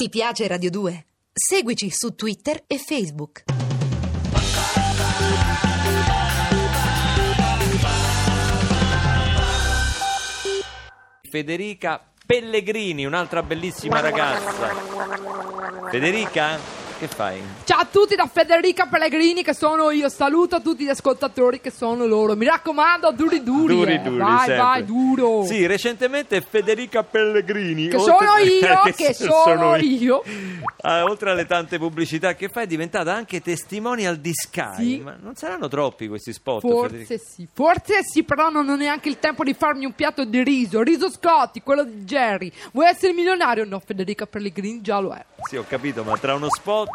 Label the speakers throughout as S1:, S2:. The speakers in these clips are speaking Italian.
S1: Ti piace Radio 2? Seguici su Twitter e Facebook.
S2: Federica Pellegrini, un'altra bellissima ragazza. Federica, che fai?
S3: Ciao a tutti da Federica Pellegrini che sono io, saluto tutti gli ascoltatori che sono loro. Mi raccomando, duri duri. eh. vai,
S2: sempre.
S3: vai, duro.
S2: Sì, recentemente Federica Pellegrini.
S3: Che
S2: oltre- Eh,
S3: sono io, che sono io.
S2: Ah, oltre alle tante pubblicità che fai, è diventata anche testimonial di Sky.
S3: Sì.
S2: Ma non saranno troppi questi spot, Federica?
S3: Forse sì, forse sì, però non ho neanche il tempo di farmi un piatto di riso. Riso Scotti, quello di Jerry. Vuoi essere milionario? No, Federica Pellegrini già lo è.
S2: Sì, ho capito, ma tra uno spot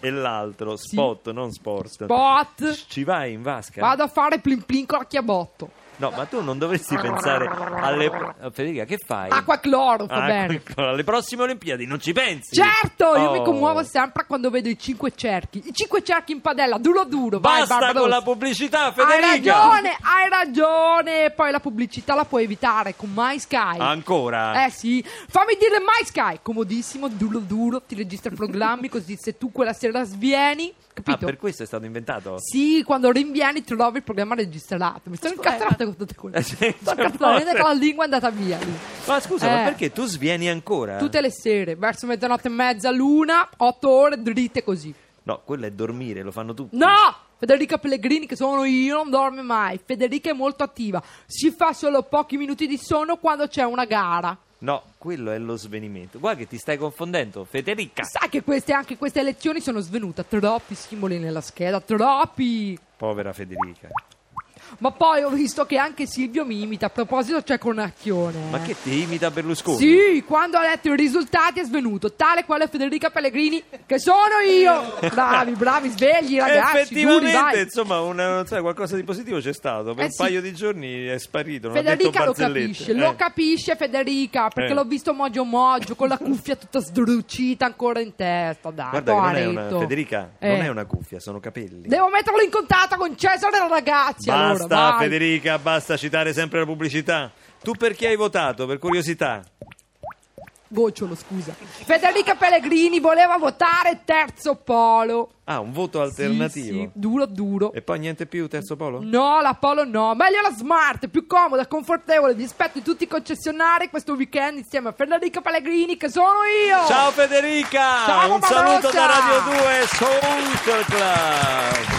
S2: e l'altro, spot, non sport.
S3: Bot,
S2: Ci vai in vasca?
S3: vado a fare plin plin con la chiabotto.
S2: No, ma tu non dovresti pensare alle. Federica, che fai?
S3: Acqua e cloro, fa
S2: Ah,
S3: bene.
S2: ecco, alle prossime Olimpiadi non ci pensi?
S3: Certo, io mi
S2: Oh.
S3: commuovo sempre quando vedo i cinque cerchi. I cinque cerchi in padella, duro duro. vai,
S2: Basta con
S3: Barbarossa.
S2: la pubblicità,
S3: Hai
S2: Federica!
S3: ragione, hai ragione. Poi la pubblicità la puoi evitare con MySky.
S2: Ah, Ancora?
S3: Eh sì, fammi dire MySky, comodissimo, duro duro, ti registra i programmi così se tu quella sera svieni,
S2: ah,
S3: capito?
S2: per questo è stato inventato?
S3: Sì, quando rinvieni trovi il programma registrato. Mi sono incastrata con tutte quelle.
S2: Eh, sì,
S3: Sono
S2: cioè,
S3: incastrata,
S2: forse.
S3: vedete che la lingua è andata via lì.
S2: Ma scusa, ma
S3: Eh.
S2: perché tu svieni ancora?
S3: Tutte le sere, verso mezzanotte e mezza, l'una, otto ore dritte così.
S2: No, quello è dormire, lo fanno tutti.
S3: No! Federica Pellegrini, che sono io, non dorme mai. Federica è molto attiva. Si fa solo pochi minuti di sonno quando c'è una gara.
S2: No, quello è lo svenimento. Guarda che ti stai confondendo, Federica.
S3: Sai che queste, anche queste elezioni sono svenuta. Troppi simboli nella scheda, troppi.
S2: Povera Federica.
S3: Ma poi ho visto che anche Silvio mi imita. A proposito, c'è Cornacchione.
S2: Ma che ti imita Berlusconi?
S3: Sì, quando ha letto i risultati è svenuto. Tale quale Federica Pellegrini, che sono io. Bravi, bravi, svegli ragazzi. duri,
S2: Effettivamente,
S3: vai.
S2: insomma, una- non so, qualcosa di positivo c'è stato. Per
S3: Eh
S2: un
S3: sì.
S2: paio di giorni è sparito. Non
S3: Federica
S2: ha detto
S3: lo
S2: barzellette.
S3: capisce,
S2: Eh.
S3: lo capisce Federica, perché
S2: Eh.
S3: l'ho visto mogio mogio con la cuffia tutta sdrucita ancora in testa, dai.
S2: Guarda, che non è una,
S3: poveretto.
S2: Federica,
S3: Eh.
S2: non è una cuffia, sono capelli.
S3: Devo metterlo in contatto con Cesare ragazzi, allora,
S2: Basta,
S3: vai.
S2: Federica, basta citare sempre la pubblicità. Tu per chi hai votato, per curiosità?
S3: Gocciolo, scusa. Federica Pellegrini voleva votare terzo polo.
S2: Ah, un voto
S3: Sì,
S2: alternativo.
S3: sì, duro duro.
S2: E poi niente più, terzo polo?
S3: No, la Polo no, meglio la Smart, più comoda, confortevole, vi aspetto in tutti i concessionari questo weekend insieme a Federica Pellegrini che sono io!
S2: Ciao Federica!
S3: Ciao,
S2: un saluto
S3: Barbarossa!
S2: da Radio 2 Soul Club.